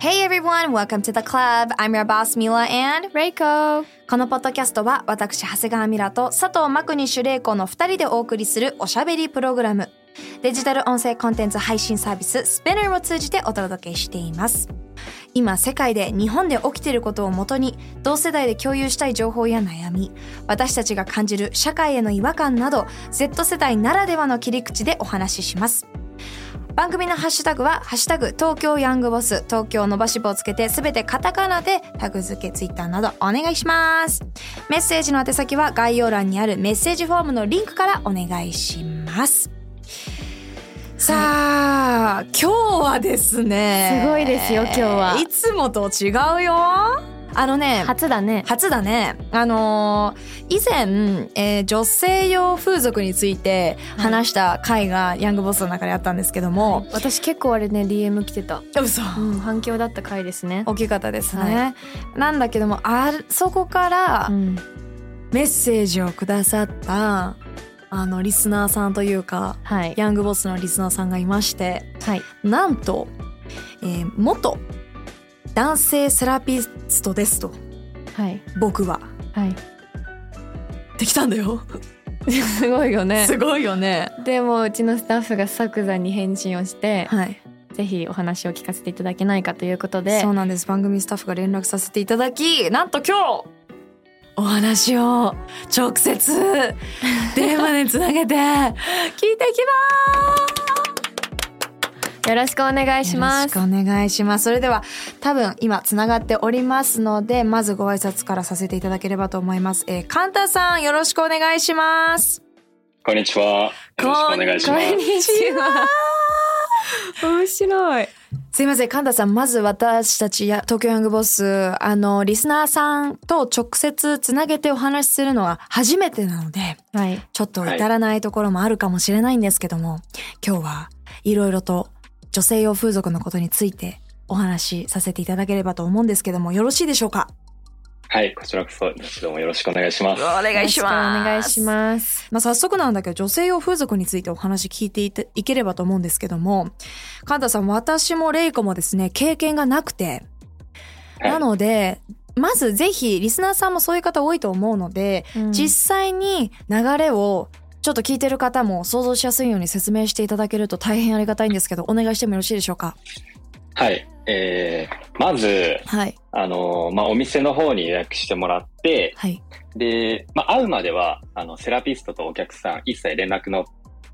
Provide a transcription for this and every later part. Hey everyone, welcome to the club. I'm your boss Mila and Reiko. このポッドキャストは私、長谷川ミラと佐藤真国主玲子の2人でお送りするおしゃべりプログラム。デジタル音声コンテンツ配信サービス Spinner を通じてお届けしています。今世界で日本で起きていることをもとに同世代で共有したい情報や悩み私たちが感じる社会への違和感など Z 世代ならではの切り口でお話しします番組のハッシュタグは「ハッシュタグ東京ヤングボス東京のばしぼ」をつけてすべてカタカナでタグ付けツイッターなどお願いしますメッセージの宛先は概要欄にあるメッセージフォームのリンクからお願いしますさあ、今日はですねすごいですよ今日はいつもと違うよあのね初だね。初だね。あのー以前、えー女性用風俗について話した回がヤングボスの中であったんですけども、私結構あれね DM 来てた。嘘うん反響だった回ですね。大きかったですね。なんだけども、あそこからうんメッセージをくださった、あの、リスナーさんというか、はいヤングボスのリスナーさんがいまして、はいなんと、えー元男性セラピストですと、はい僕は。はい。できたんだよ。 すごいよね。すごいよね。でもうちのスタッフが作座に返信をして、はい。ぜひお話を聞かせていただけないかということでそう、なんです番組スタッフが連絡させていただきなんと今日お話を直 接電話でつなげて聞いていきよろしくお願いますします。よろしくお願いしますそれでは多分今つながっておりますのでまずご挨拶からさせていただければと思います、えー、カンタさんよろしくお願いしますこんにちは。よろしくお願いしこまんす。にちは。面白い。すいません、カンタさん、まず私たちや、東京ヤングボス、あの、リスナーさんと直接つなげてお話しするのは初めてなので、はい。ちょっと至らないところもあるかもしれないんですけども、今日はいろいろと女性用風俗のことについてお話しさせていただければと思うんですけども、よろしいでしょうかはい、こちらこそ、どうもよろしくお願いします。お願よろしくお願いす。します。まあ、早速なんだけど、女性用風俗についてお話聞いていていければと思うんですけども、カンタさん、私もレイコもですね、経験がなくて、はいなので、まずぜひ、リスナーさんもそういう方多いと思うので、実際に流れをちょっと聞いてる方も想像しやすいように説明していただけると大変ありがたいんですけどお願いしてもよろしいでしょうかはい、えー、まず、はいあのーまあ、お店の方に予約してもらって、はいで、まあ、会うまでは、あの、セラピストとお客さん、一切連絡の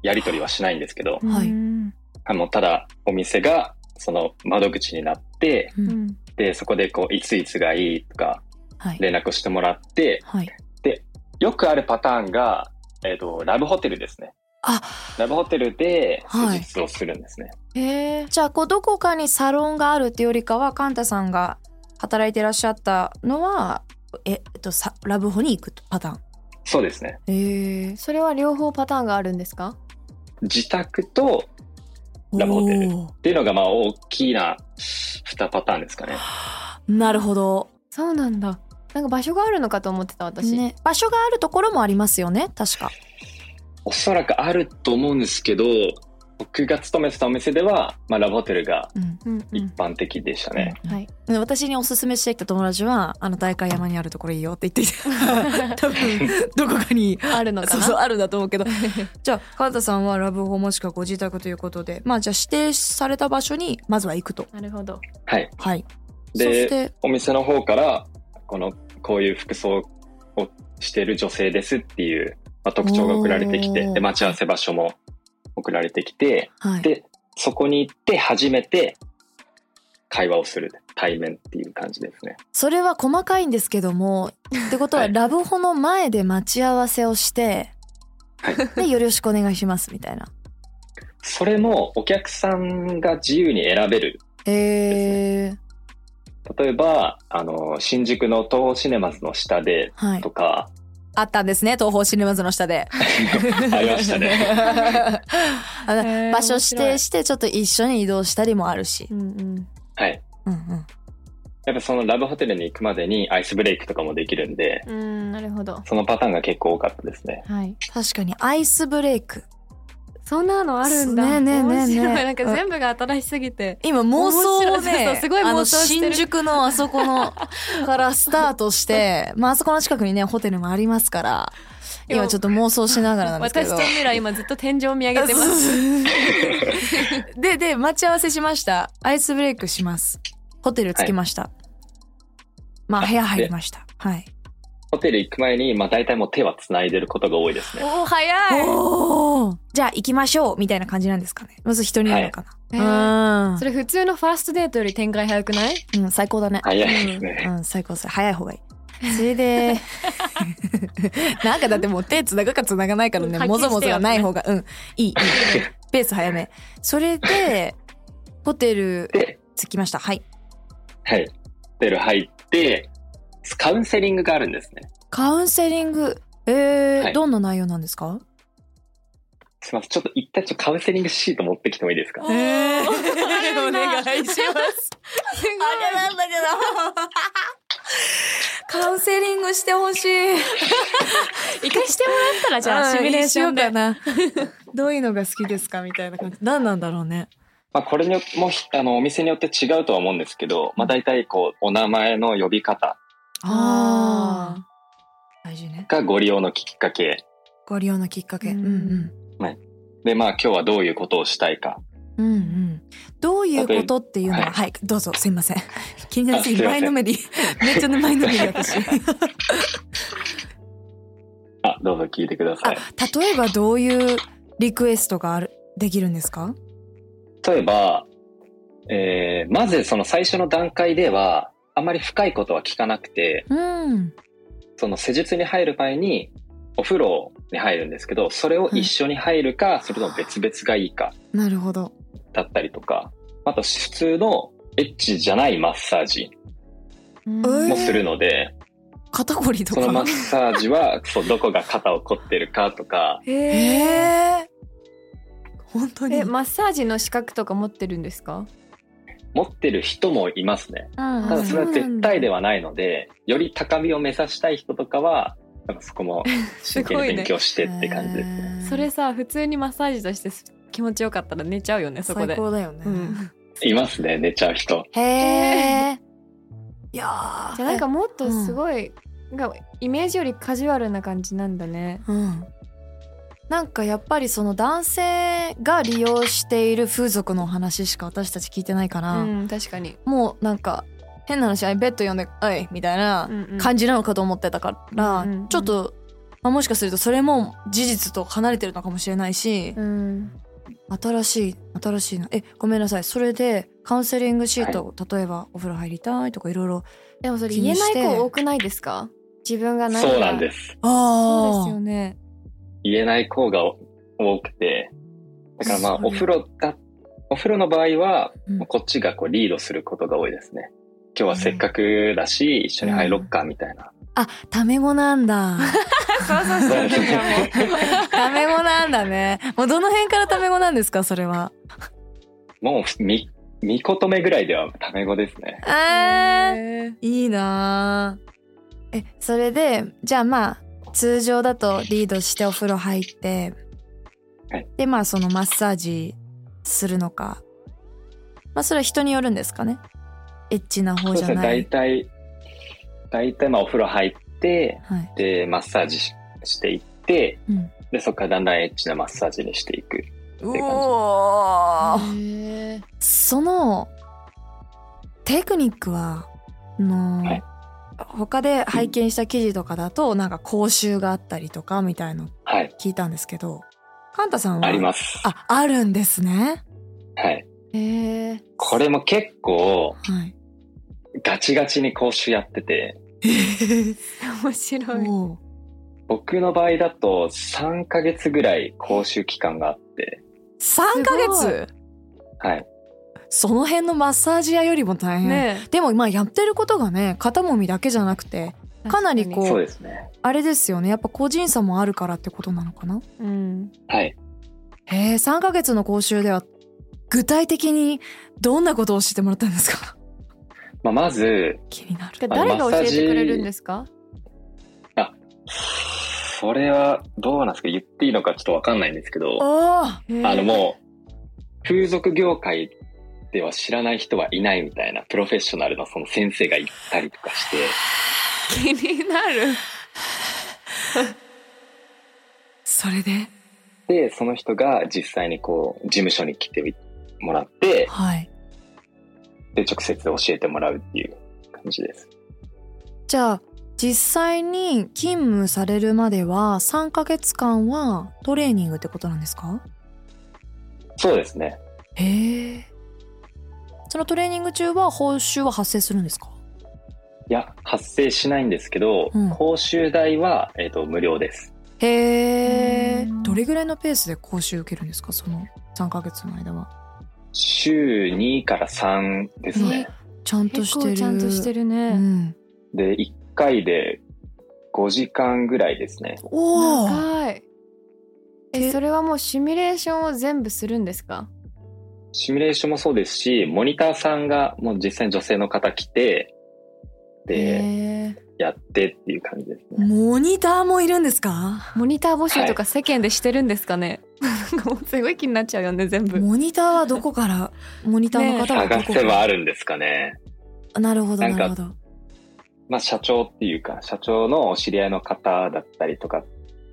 やり取りはしないんですけど、うんはいうんあの、ただ、お店が、その、窓口になって、うんで、そこで、こう、いついつがいいとか、はい連絡してもらって、はいよくあるパターンが、えっ、と、ラブホテルですね。あラブホテルで、はい施術をするんですね。へえ。じゃあこうどこかにサロンがあるっていうよりかはカンタさんが働いてらっしゃったのはええっとさラブホに行くパターンそうですね。ええそれは両方パターンがあるんですか？自宅とラブホテルっていうのがまあ大きな2パターンですかね。なるほど、そうなんだ。なんか場所があるのかと思ってた私。ね、場所があるところもありますよね確かおそらくあると思うんですけど僕が勤めてたお店では、まあ、ラブホテルがうんうんう一ん。般的でしたね。はい。で私におすすめしてきた友達はあの代官山にあるところいいよって言ってきて 多分どこかにあるのかな。そうそうあるんだと思うけど じゃあ川田さんはラブホもしくはご自宅ということでまあじゃあ指定された場所にまずは行くとなるほど。はい、はいそしでてお店の方からこのこういう服装をしてる女性ですっていう、まあ、特徴が送られてきておーで待ち合わせ場所も送られてきてはいでそこに行って初めて会話をする対面っていう感じですね。それは細かいんですけどもってことははいラブホの前で待ち合わせをして、はいでよろしくお願いしますみたいなそれもお客さんが自由に選べるへえ例えば、あの、新宿の東宝シネマズの下ではい と。か、あったんですね、東方シネマズの下で。ありましたね。 あのへー場所指定して、ちょっと一緒に移動したりもあるしう。んうん。はい。うんうん。やっぱそのラブホテルに行くまでにアイスブレイクとかもできるんで、うん、なるほど。そのパターンが結構多かったですね。はい。確かに、アイスブレイク。そんなのあるんだ。ねえねえねえねえ面白いなんか全部が新しすぎて。今妄想を面白いそうねそうすごい妄あの想してる新宿のあそこの からスタートして、まああそこの近くにねホテルもありますからいや今ちょっと妄想しながらなんですけ私どとミラ今ずっと天井を見上げ てます。すでで待ち合わせしましたアイスブレイクしますホテル着きました、まあ部屋入りましたはいホテル行く前に、まあ大体もう手は繋いでることが多いですね。おお早い。おーじゃあ行きましょうみたいな感じなんですかねまず人に言うのかへーな、それ普通のファーストデートより展開早くない？うん、うん、最高だね早いですね。うん、最高それ早い方が いい。それで、 なんかだってもう手繋ぐか繋がないからねは、っきりもしぞてよもぞがない方が、うん、いい、いい。 ペース早め。それで、ホテルで、着きました。はい。はい。ホテル入って、カウンセリングがあるんですね。カウンセリング、えーはいどんな内容なんですかすみません。ちょっと一旦ちょっとカウンセリングシート持ってきてもいいですかおーお願いします。あれなんだけど。カウンセリングしてほしい。一回してもらったらじゃあシミュレーションで。な。どういうのが好きですかみたいな感じ。何なんだろうね。まあ、これによもひあのお店によって違うとは思うんですけど、まあ、大体こうお名前の呼び方ああ。大事ね。がご利用のきっかけご利用のきっかけ。ううんんで、まあ、今日はどういうことをしたいかうん。うんうん。どういうことっていうのはは、いはい、どうぞ、すいません。 気になりすぎあする、いま前せんのめり。めっちゃ前 のめり、私。あどうぞ聞いてくださあい、例えばどういうリクエストがある、できるんですか例えば、えーまずその最初の段階ではあまり深いことは聞かなくてうん。その施術に入る前にお風呂に入るんですけどそれを一緒に入るか、それとも別々がいいかなるほど。だったりとかあと普通のエッチじゃないマッサージうんもするので、肩こりとそのマかッ。サージは、そう、どこが肩を凝ってるかとか、えええ。本当に。えマッサージの資格とか持ってるんですか？持ってる人もいますね。うんただそれそうなんは絶だ対ではないので、より高みを目指したい人とかは、なんかそこも す真剣ごにい勉ね。強してって感じですね。えーそれさ普通にマッサージとして気持ちよかったら寝ちゃうよねそこで最。高だよね。うんいますね、寝ちゃう人。へえ。 いやーじゃあなんかもっとすごい、なんかイメージよりカジュアルな感じなんだね。うん、なんかやっぱりその男性が利用している風俗のお話しか私たち聞いてないかうら、ん確かに。もうなんか変な話あいベッド呼んで「おい」みたいなうんうん感じなのかと思ってたから、うんうんうんちょっと、まあ、もしかするとそれも事実と離れてるのかもしれないし、うん新しい新しいなえごめんなさいそれでカウンセリングシート、例えばお風呂入りたいとかいろいろでもそれ気言えになしいて子多くないですか？自分が何かそうなんです。そうあですよね。言えない子が多くて、だからまあ、そうお風呂が、お風呂の場合は、うんこっちがこうリードすることが多いですね。今日はせっかくだし、一緒に入ろっか、みたいな。あタメ語なん だ。そうそうそうだからもう。タメ語なんだね。もうどの辺からタメ語なんですか、それは。もう、み、みことめぐらいではタメ語ですね。えー、へーいいなあえ、それで、じゃあまあ、通常だとリードしてお風呂入ってはい、で、まあそのマッサージするのか。まあそれは人によるんですかね。エッチなそ方うじですゃね、な大い。体、大体まあお風呂入って、はい。で、マッサージししていって、うんで、そこからだんだんエッチなマッサージにしていく。っていう感じおーへーその、テクニックは、あのはい他で拝見した記事とかだと、なんか講習があったりとかみたいのはい、聞いたんですけど、カンタさんはあります。あ、あるんですね。はい。へーこれも結 構、はい。ガチガチに講習やってて、面白い。も僕の場合だと3ヶ月ぐらい講習期間があって、う、3ヶ月はい。その辺のマッサージ屋よりも大変、ねでもまあやってることがね肩もみだけじゃなくてえかなりこそうですね。あれですよねやっぱ個人差もあるからってことなのかなう、うん、はい。へえ3ヶ月の講習では具体的にどんなことを教えてもらったんですか まあ、まず、気になるで誰が教えてくれるんですかそれはどうなんですか言っていいのかちょっとわかんないんですけど、おーあのうもう、風俗業界では知らない人はいないみたいなプロフェッショナルのその先生が行ったりとかして、気になるそれでで、その人が実際にこう、事務所に来てもらって、はいで、直接教えてもらうっていう感じです。じゃあ実際に勤務されるまでは3ヶ月間はトレーニングってことなんですかそうですね。へえそのトレーニング中は報酬は発生するんですかいや、発生しないんですけど、うん講習代は、えっ、と、無料です。へえうんどれぐらいのペースで講習受けるんですかその3ヶ月の間は週2から3ですね。ちゃんと結して構るちゃんとしてるうね、ん、で、1回で5時間ぐらいですね。おお長いえでそれはもうシミュレーションを全部するんですかシミュレーションもそうですし、モニターさんがもう実際に女性の方来て、で、やってっていう感じですね。モニターもいるんですかモニター募集とか世間でしてるんですかね、なんかもうすごい気になっちゃうよね全部モニターはどこ からモニターの方はど探こかせばら、あるんですかね。なるほどなんなかるほどまあ、社長っていうか、社長のお知り合いの方だったりとか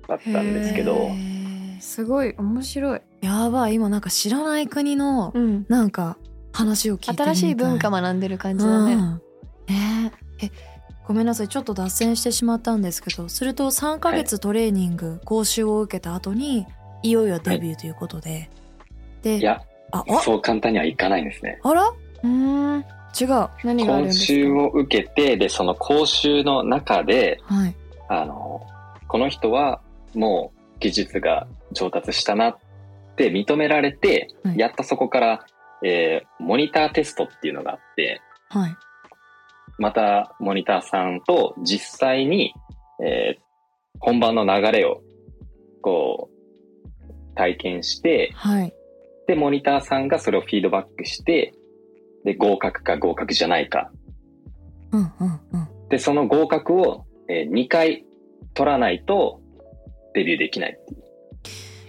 だったんですけどへ、えすごい面白い、やばい今なんか知らない国のうん、なんか話を聞いてみた新しい文化学んでる感じだね、うんねええごめんなさいちょっと脱線してしまったんですけどすると3ヶ月トレーニング、講習を受けた後にいよいよデビューということで、でいや、ああそう簡単にはいかないんですね。あらうーん違うは何があるん講ですか習を受けて、で、その講習の中で、いあの、この人はもう技術が上達したなって認められて、はいやっとそこから、えーモニターテストっていうのがあって、はいまたモニターさんと実際に、えー本番の流れを、こう、体験して、はいで、モニターさんがそれをフィードバックして、で、合格か合格じゃないか。うんうんうんで、その合格を、え2回取らないとデビューできない。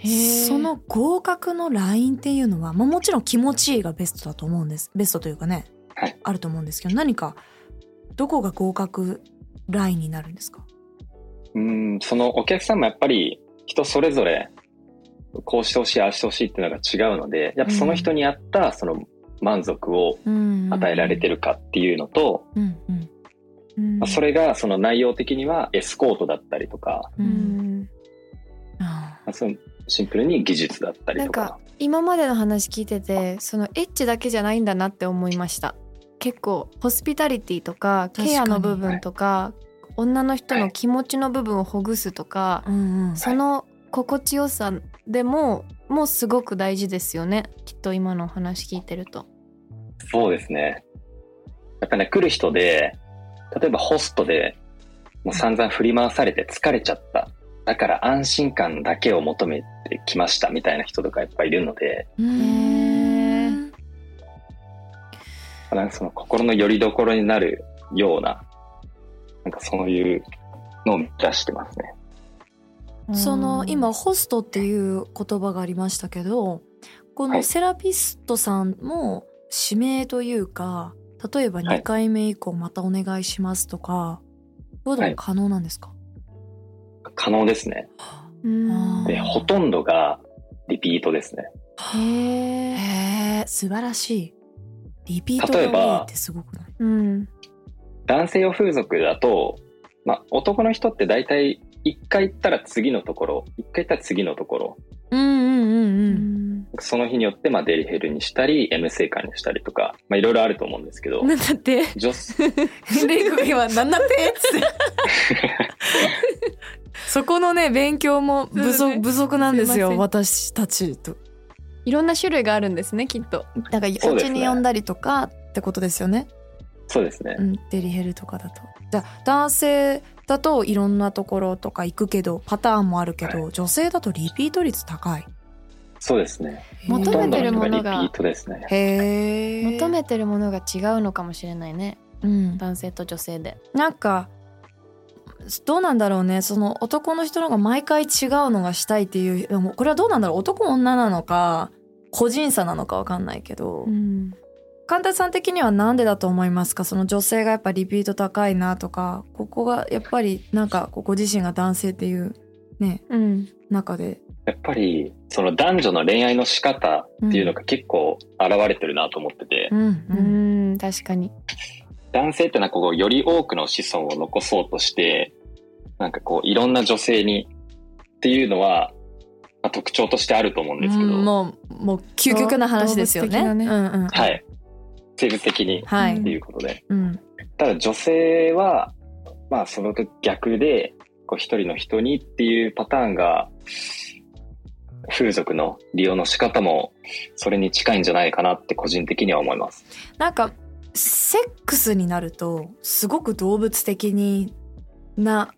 へーその合格のラインっていうのは、まあ、もちろん気持ちいいがベストだと思うんですベストというかね、はいあると思うんですけど何かどこが合格ラインになるんですかうん、そのお客さんもやっぱり人それぞれこうしてほしい、ああしてほしいっていうのが違うので、やっぱその人に合ったその満足を与与えられてるかっていうのと、うんうんうんまあそれがその内容的にはエスコートだったりとか、ううんんあまあそのシンプルに技術だったりなんとかか。今までの話聞いててそのエッチだけじゃないんだなって思いました結構ホスピタリティとか確かにケアの部分とか女の人の気持ちの部分をほぐすとかーうんうんその心地よさでももうすごく大事ですよねきっと今のお話聞いてるとそうですね。やっぱね、来る人で、例えばホストでもう散々振り回されて疲れちゃった。だから安心感だけを求めてきましたみたいな人とかやっぱいるので、へーなんかその心の拠り所になるような、なんかそういうのを目指してますね。そのうん今ホストっていう言葉がありましたけどこはのいセラピストさんも指名というか例えばはい2回目以降またお願いしますとかそういうのも可能なんですか、可能ですね。うんで、あーほとんどがリピートですね。へえへえ素晴らしいリピートが例えば多いってすごくないうん男性用風俗だと、まあ男の人って大体一回行ったら次のところ、一回行ったら次のところ、うんうんうんうんその日によってまあデリヘルにしたり、M 性感にしたりとか、まあいろいろあると思うんですけど、なんだって女性 レイクが今なんだってっ つってそこのね勉強も不そう足,、ね不足なんですよすいません私たちといろんな種類があるんですねきっとだからおそうです家ねに呼んだりとかってことですよね。そうですねう。ん、デリヘルとかだと。じゃあ男性だといろんなところとか行くけどパターンもあるけど、女性だとリピート率高い。そうですね。求ほとんめどてるの人もがリのピがートですね。へえ。求めてるものが違うのかもしれないねうん、男性と女性でなんかどうなんだろうねその男の人の方が毎回違うのがしたいっていうでもこれはどうなんだろう男女なのか個人差なのかわかんないけど、ん神田さん的にはなんでだと思いますかその女性がやっぱリピート高いなとかここがやっぱりなんかこうご自身が男性っていうねうん中でやっぱり、その男女の恋愛の仕方っていうのが結構現れてるなと思ってて、うんうんん確かに男性ってなんかこう、より多くの子孫を残そうとして、なんかこう、いろんな女性にっていうのは、まあ、特徴としてあると思うんですけど、はもうもう究極な話ですよね動物的うなんうんい。生物的にはっいていうことで。うんただ女性は、まあその逆で、こう一人の人にっていうパターンが、風俗の利用の仕方も、それに近いんじゃないかなって個人的には思います。なんかセックスになるとすごく動物的にな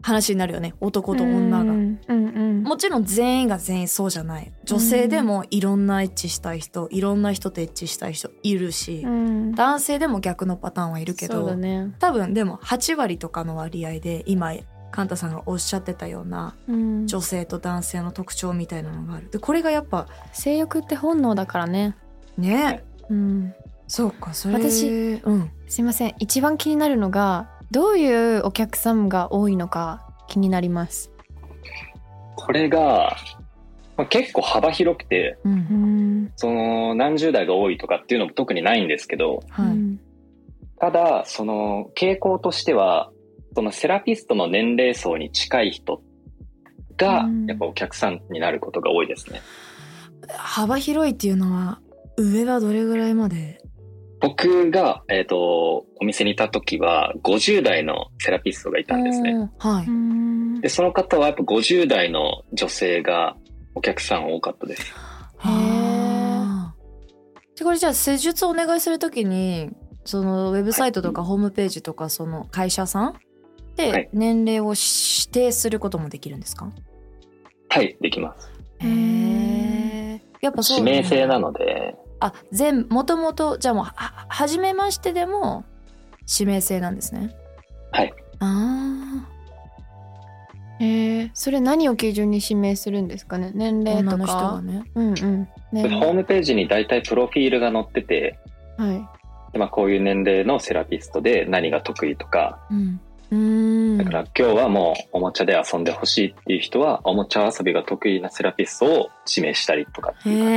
話になるよね男と女うが。んうんうんもちろん全員が全員そうじゃない女性でもいろんなエッチしたい人いろんな人とエッチしたい人いるし、うん男性でも逆のパターンはいるけそうど、だね多分でも8割とかの割合で今カンタさんがおっしゃってたようなうん女性と男性の特徴みたいなのがあるでこれがやっぱ性欲って本能だからねねうんそうかそれ私うんすいません一番気になるのがどういうお客さんが多いのか気になりますこれが、まあ、結構幅広くて、ううんんその何十代が多いとかっていうのも特にないんですけど、はい、ただ、その傾向としては、そのセラピストの年齢層に近い人がうん、やっぱお客さんになることが多いですね。幅広いっていうのは上はどれぐらいまで僕が、えっ、と、お店にいた時は、50代のセラピストがいたんですね。はういんで、その方はやっぱ50代の女性がお客さん多かったです。あーでこれじゃあ施術をお願いするときにそのウェブサイトとかホームページとかその会社さんはでい年齢を指定することもできるんですか、はい、できます。へーやっぱそう指名制なのので、あ全もともとじゃあもうはは初めましてでも指名制なんですねはいあえー、それ何を基準に指名するんですかね年あ齢女との人がかねうんうん年ホー齢ムページに大体プロフィールが載ってて、はいでまあ、こういう年齢のセラピストで何が得意とか、うんうーんだから今日はもうおもちゃで遊んでほしいっていう人は、おもちゃ遊びが得意なセラピストを指名したりとかっていう感じへ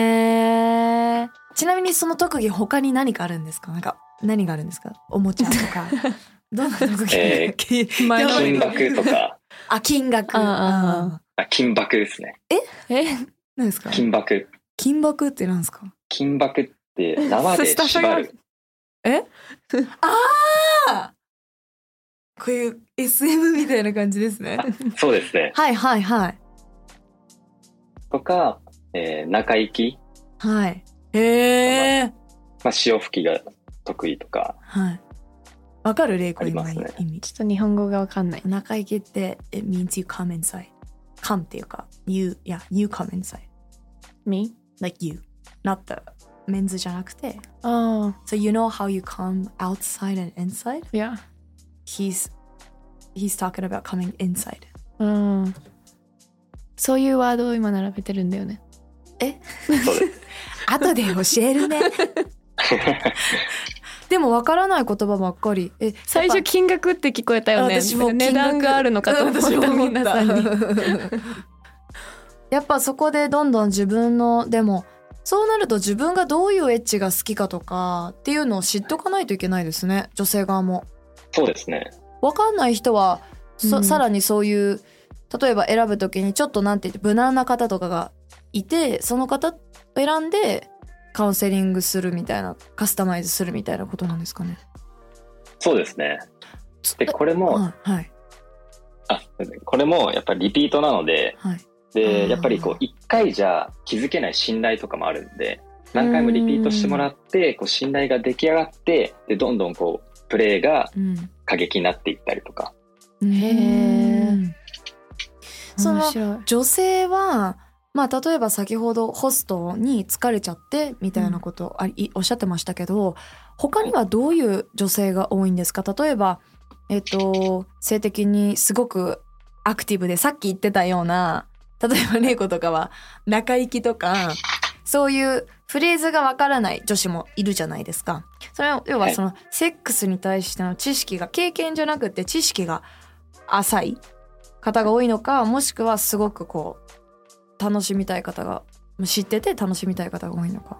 え。ちなみにその特技他に何かあるんですか。なんか何があるんですか。おもちゃとか。どんな特技。え前の 金箔とか、 あ金額。ああああ金箔ですね。え何ですか。金箔。金箔ってなんですか。金箔って縄で縛る。ああ。こういう SM みたいな感じですね。そうですね。はいはいはいとか、えー中行き、はい。へえ。まあ、潮吹きが得意とか、はい。わかるレイコ今ありのますね意味。ちょっと日本語がわかんない中池って it means you come inside。come っていうか you いや you come inside。 me like you not the メンズじゃなくてあ so you know how you come outside and inside あいや he's he's talking about coming inside うんそういうワードを今並べてるんだよねそうです。後で教える ねでもわからない言葉ばっかりえ最初金額って聞こえたよね私も金値額段があるのかと思った私も思った 皆さんにやっぱそこでどんどん自分のでもそうなると自分がどういうエッチが好きかとかっていうのを知っとかないといけないですね女性側もそうですね。わかんない人はそ、うんさらにそういう例えば選ぶときにちょっとなんて言って無難な方とかがいてその方選んでカウンセリングするみたいなカスタマイズするみたいなことなんですかね。そうですね。で、これも、はいはいあ、すいませんこれもやっぱりリピートなので、はい。で、うんやっぱりこう、一回じゃ気づけない信頼とかもあるんで、何回もリピートしてもらって、こう、信頼が出来上がって、で、どんどんこう、プレーがうん過激になっていったりとか。へへえーその面白い女性は、まあ、例えば先ほどホストに疲れちゃってみたいなことをあいおっしゃってましたけど他にはどういう女性が多いんですか例えば、えっと、性的にすごくアクティブでさっき言ってたような例えば玲子とかは中行きとかそういうフレーズがわからない女子もいるじゃないですか。それは要はそのセックスに対しての知識が経験じゃなくて知識が浅い方が多いのかもしくはすごくこう楽しみたい方が知ってて楽しみたい方が多いのか。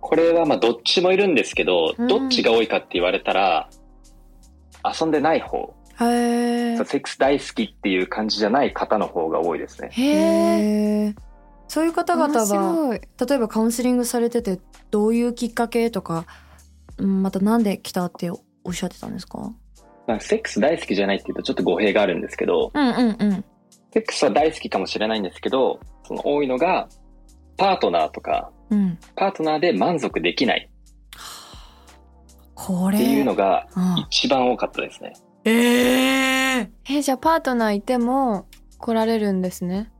これはまあ、どっちもいるんですけど、うんどっちが多いかって言われたら、遊んでない方、へそうセックス大好きっていう感じじゃない方の方が多いですね。へええ。そういう方々面は白い例えばカウンセリングされててどういうきっかけとかうんまたなんで来たっておっしゃってたんですかまあ、セックス大好きじゃないっていうとちょっと語弊があるんですけど、うんうんうん。セックスは大好きかもしれないんですけど、その多いのが、パートナーとか、うん、パートナーで満足できないこれっていうのがうん一番多かったですね。ええじゃあパートナーいても来られるんですね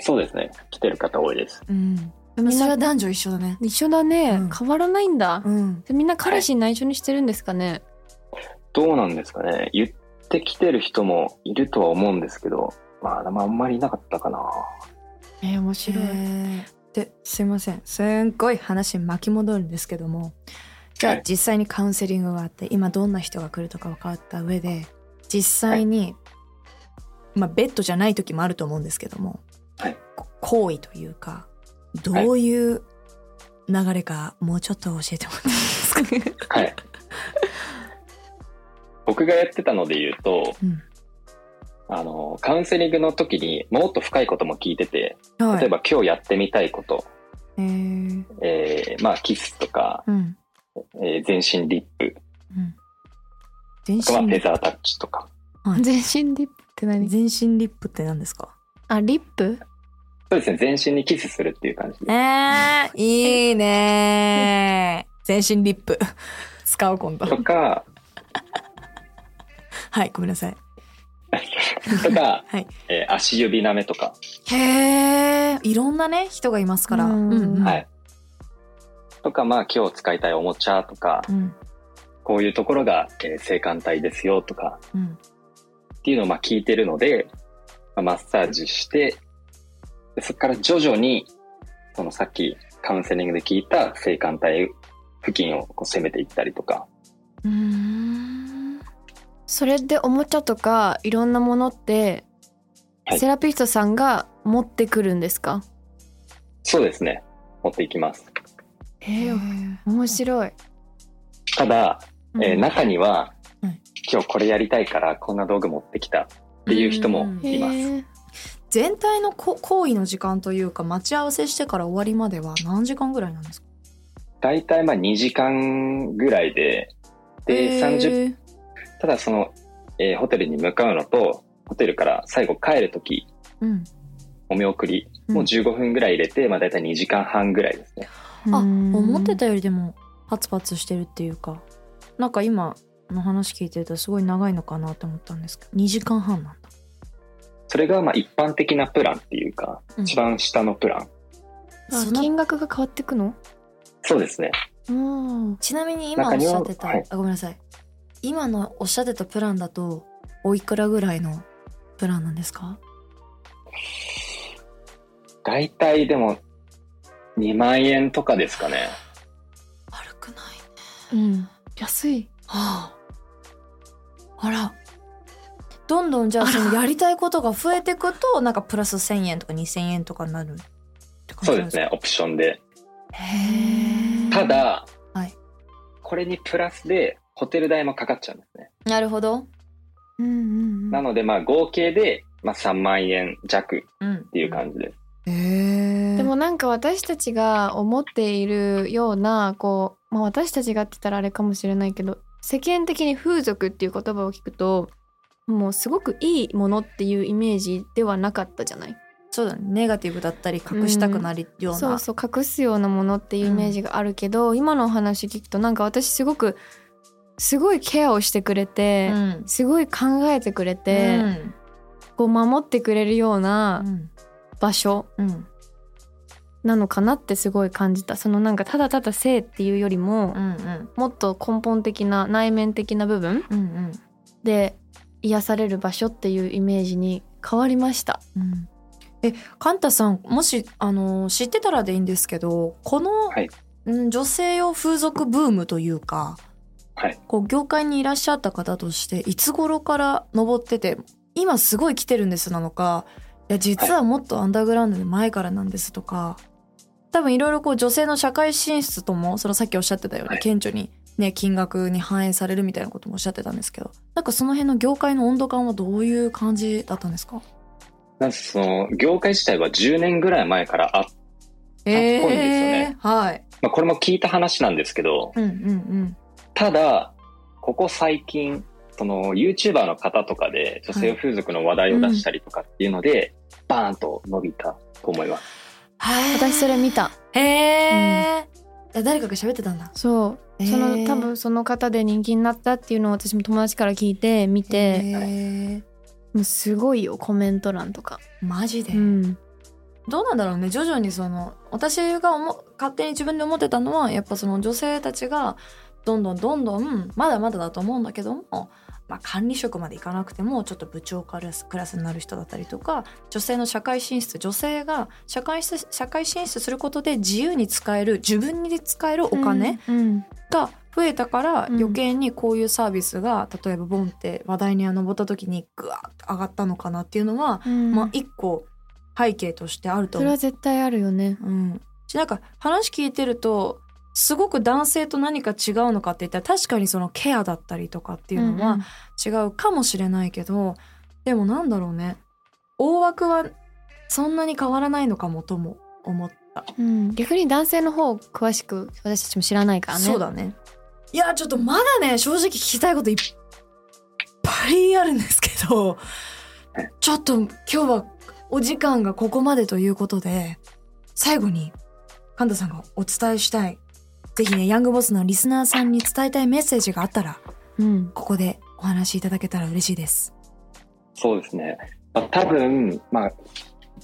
そうですね。来てる方多いです。うん、でもそれは男女一緒だね。一緒だね、うん変わらないんだ、うん、みんな彼氏に内緒にしてるんですかね、どうなんですかね。言ってきてる人もいるとは思うんですけど、まあ、まあ、あんまりいなかったかな。え面白い、ですいませんすんごい話巻き戻るんですけどもじゃはあい実際にカウンセリングがあって今どんな人が来るとか分かった上で実際に、まあベッドじゃない時もあると思うんですけども、はいこ行為というかどういう流れかもうちょっと教えてもらっていいですか、はい。僕がやってたので言うと、うんあの、カウンセリングの時にもっと深いことも聞いてて、 は例えば今日やってみたいこと、えーえーまあ、キスとか、うんえー全身リップうん、全とか、フ身リェザータッチとか。全身リップって何全身リップって何ですかあリップそうですね、全身にキスするっていう感じで。えー、 いいね ー全身リップ使おう今度とか、はいごめんなさいとか、はいえー足指舐めとか、へえいろんなね人がいますからうんはい。とか、まあ、今日使いたいおもちゃとか、うんこういうところが、えー性感帯ですよとか、うんっていうのをまあ聞いてるので、まあマッサージして、でそこから徐々に、そのさっきカウンセリングで聞いた性感帯付近をこう攻めていったりとか、うんそれでおもちゃとかいろんなものって、はいセラピストさんが持ってくるんですかそうですね、持っていきます。えー面白い、ただ、えーうん中には、はい今日これやりたいからこんな道具持ってきたっていう人もいます。へー全体のこ行為の時間というか待ち合わせしてから終わりまでは何時間ぐらいなんですか大体まあ2時間ぐらいで、で、30、へーただその、えーホテルに向かうのと、ホテルから最後帰るとき、うんお見送りもうん15分ぐらい入れて、まあ大体2時間半ぐらいですね。あうん思ってたよりでもパツパツしてるっていうかなんか今の話聞いてるとすごい長いのかなと思ったんですけど2時間半なんだそれがまあ一般的なプランっていうか、うん一番下のプラン。あその金額が変わってくのそうですね。うんちなみに今おっしゃってた、中にははいあごめんなさい今のおっしゃってたプランだとおいくらぐらいのプランなんですか大体でも2万円とかですかね。悪くないうん安いはああらどんどんじゃあそのやりたいことが増えていくとなんかプラス1,000円とか2,000円とかになるって感そじうなんでですすかね、オプションで。へーただ、はいこれにプラスでホテル代もかかっちゃうんですね。なるほどうんうんうんなので、まあ合計で、まあ3万円弱っうんっていう感じです。じへえでもなんか私たちが思っているようなこう、まあ、私たちがって言ったらあれかもしれないけど世間的に風俗っていう言葉を聞くともうすごくいいものっていうイメージではなかったじゃないそうだねネガティブだったり隠したくなるような、そうそう隠すようなものっていうイメージがあるけど、今のお話聞くとなんか私すごくすごいケアをしてくれて、うんすごい考えてくれて、うんこう守ってくれるようなうん場所うんなのかなってすごい感じたそのなんかただただ性っていうよりも、うんうんもっと根本的な内面的な部分うんで癒される場所っていうイメージに変わりましたうんえカンタさんもしあの知ってたらでいいんですけどこの、はいうん女性用風俗ブームというか、はいこう業界にいらっしゃった方としていつ頃から登ってて今すごい来てるんですなのかいや実はもっとアンダーグラウンドで前からなんですとか多分いろいろこう女性の社会進出ともそのさっきおっしゃってたようはにい顕著に、ね、金額に反映されるみたいなこともおっしゃってたんですけどなんかその辺の業界の温度感はどういう感じだったんですかなんかその、業界自体は10年ぐらい前からあ、えぽいんですよえねはい。まあ、これも聞いた話なんですけど、うんうんただ、ここ最近、その YouTuber の方とかで女性用風俗の話題を出したりとかっていうので、バーンと伸びたと思います。うん。私それ見たへえ。いや誰かが喋ってたんだ。そうへーその多分その方で人気になったっていうのを私も友達から聞いて見てへえ。もうすごいよコメント欄とか、マジで、うん、どうなんだろうね徐々にその私が思う勝手に自分で思ってたのはやっぱその女性たちがどんどんどんどんまだまだだと思うんだけども、まあ、管理職までいかなくてもちょっと部長クラスクラスになる人だったりとか女性の社会進出女性が社会し社会進出することで自由に使える自分に使えるお金、うんが増えたからうん余計にこういうサービスが、例えばボンって話題に上った時にグワーッと上がったのかなっていうのは、うんまあ一個背景としてあると思それう。は絶対あるよねうん、なんか話聞いてるとすごく男性と何か違うのかって言ったら確かにそのケアだったりとかっていうのは違うかもしれないけど、でもなんだろうね大枠はそんなに変わらないのかもとも思った。うんうん逆に男性の方詳しく私たちも知らないからねそうだねいやちょっとまだね正直聞きたいこといっぱいあるんですけ どちょっと今日はお時間がここまでということで最後に神田さんがお伝えしたいぜひねヤングボスのリスナーさんに伝えたいメッセージがあったらうんここでお話しいただけたら嬉しいです。そうですね。まあ、多分、まあ、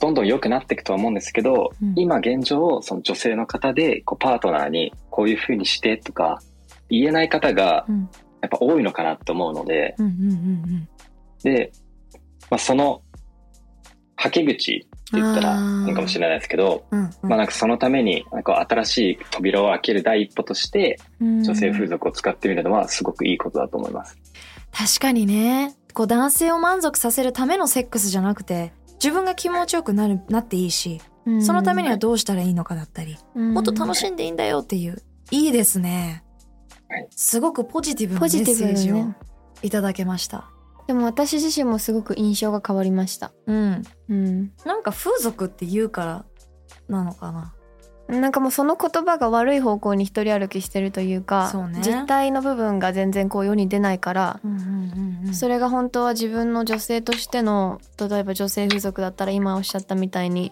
どんどん良くなっていくとは思うんですけど、うん今現状、その女性の方で、こう、パートナーに、こういう風にしてとか、言えない方がうん、やっぱ多いのかなと思うので、うんうんうんで、まあ、その、はけ口って言ったら、あーなんかもしれないですけど、うんうんうんまあ、なんかそのために、なんか新しい扉を開ける第一歩として、うん女性風俗を使ってみるのはすごくいいことだと思います。確かにねこう男性を満足させるためのセックスじゃなくて自分が気持ちよくなるなっていいしうんそのためにはどうしたらいいのかだったりうんもっと楽しんでいいんだよっていう。いいですねはい。すごくポジティブなメッポセジティブだーよねジをいただけました。でも私自身もすごく印象が変わりましたうん。うんなんか風俗って言うからなのかな。なんかもうその言葉が悪い方向に一人歩きしてるというかそうね実態の部分が全然こう世に出ないから、うんうんうんそれが本当は自分の女性としての例えば女性風俗だったら今おっしゃったみたいに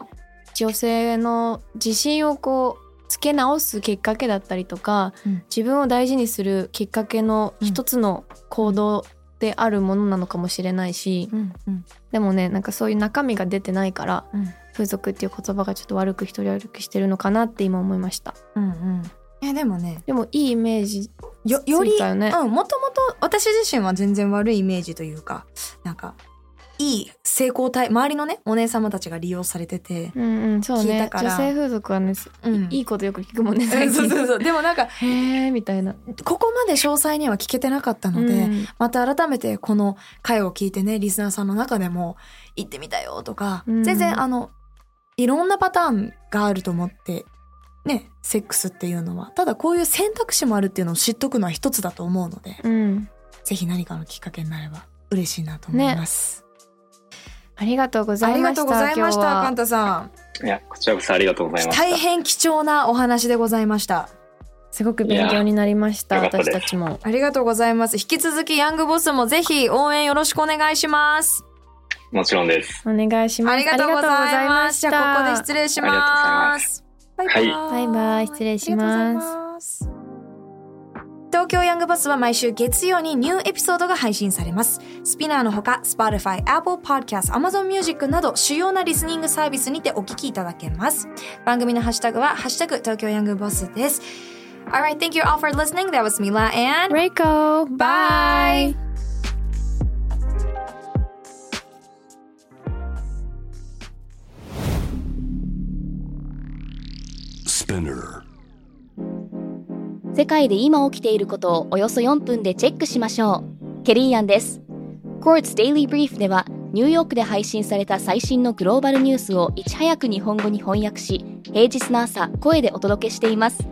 女性の自信をこうつけ直すきっかけだったりとか、うん自分を大事にするきっかけの一つの行動であるものなのかもしれないし、うんうんでもねなんかそういう中身が出てないから、うん風俗っていう言葉がちょっと悪く一人歩きしてるのかなって今思いました。うんうん。えでもねでもいいイメージよよりついたよねうんもともと私自身は全然悪いイメージというかなんかいい成功体周りのねお姉様たちが利用されてて。うんうんそう聞いたねから女性風俗はね、すうんいいことよく聞くも んねう最んそうそう近そうでもなんかへえみたいなここまで詳細には聞けてなかったので、うんまた改めてこの回を聞いてねリスナーさんの中でも行ってみたよとか、うん全然あのいろんなパターンがあると思ってねセックスっていうのはただこういう選択肢もあるっていうのを知っとくのは一つだと思うのでうん、ぜひ何かのきっかけになれば嬉しいなと思います、ありがとうござあいりまがしたとうございました今日はカンタさんいや、こちらこそありがとうございました。大変貴重なお話でございましたすごく勉強になりましたいやよかった私ですたちもありがとうございます。引き続きヤングボスもぜひ応援よろしくお願いします。もちろんです。お願いしますありがとうございます。じありがとうごゃあここざいましたで失礼します。バイりがとうございバイバイ失礼しありまがとうござすいます東京ヤングバスは毎週月曜にニューエピソードが配信されます。スピナーのほか、Spotify、Apple Podcast、Amazon Music など主要なリスニングサービスにてお聞きいただけます。番組のハッシュタグは、ハッシュタグ東京ヤングバスです。Alright, thank you all for listening. That was Mila and r e i k o bye Spinner. 世界で今起きていることをおよそ4分でチェックしましょう。ケリーアンです。Courts Daily Brief ではニューヨークで配信された最新のグローバルニュースをいち早く日本語に翻訳し、平日の朝声でお届けしています。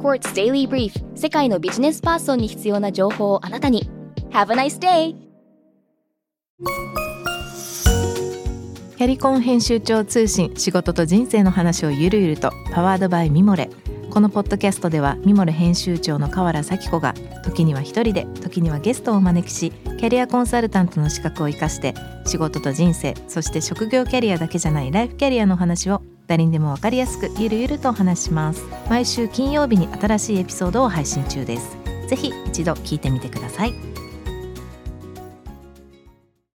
Courts Daily Brief 世界のビジネスパーソンに必要な情報をあなたに。Have a nice day! キャリコン編集長通信仕事と人生の話をゆるゆるとパワードバイミモレこのポッドキャストではミモレ編集長の河原咲子が時には一人で時にはゲストをお招きしキャリアコンサルタントの資格を生かして仕事と人生そして職業キャリアだけじゃないライフキャリアのお話を誰にでもわかりやすくゆるゆるとお話します毎週金曜日に新しいエピソードを配信中ですぜひ一度聞いてみてください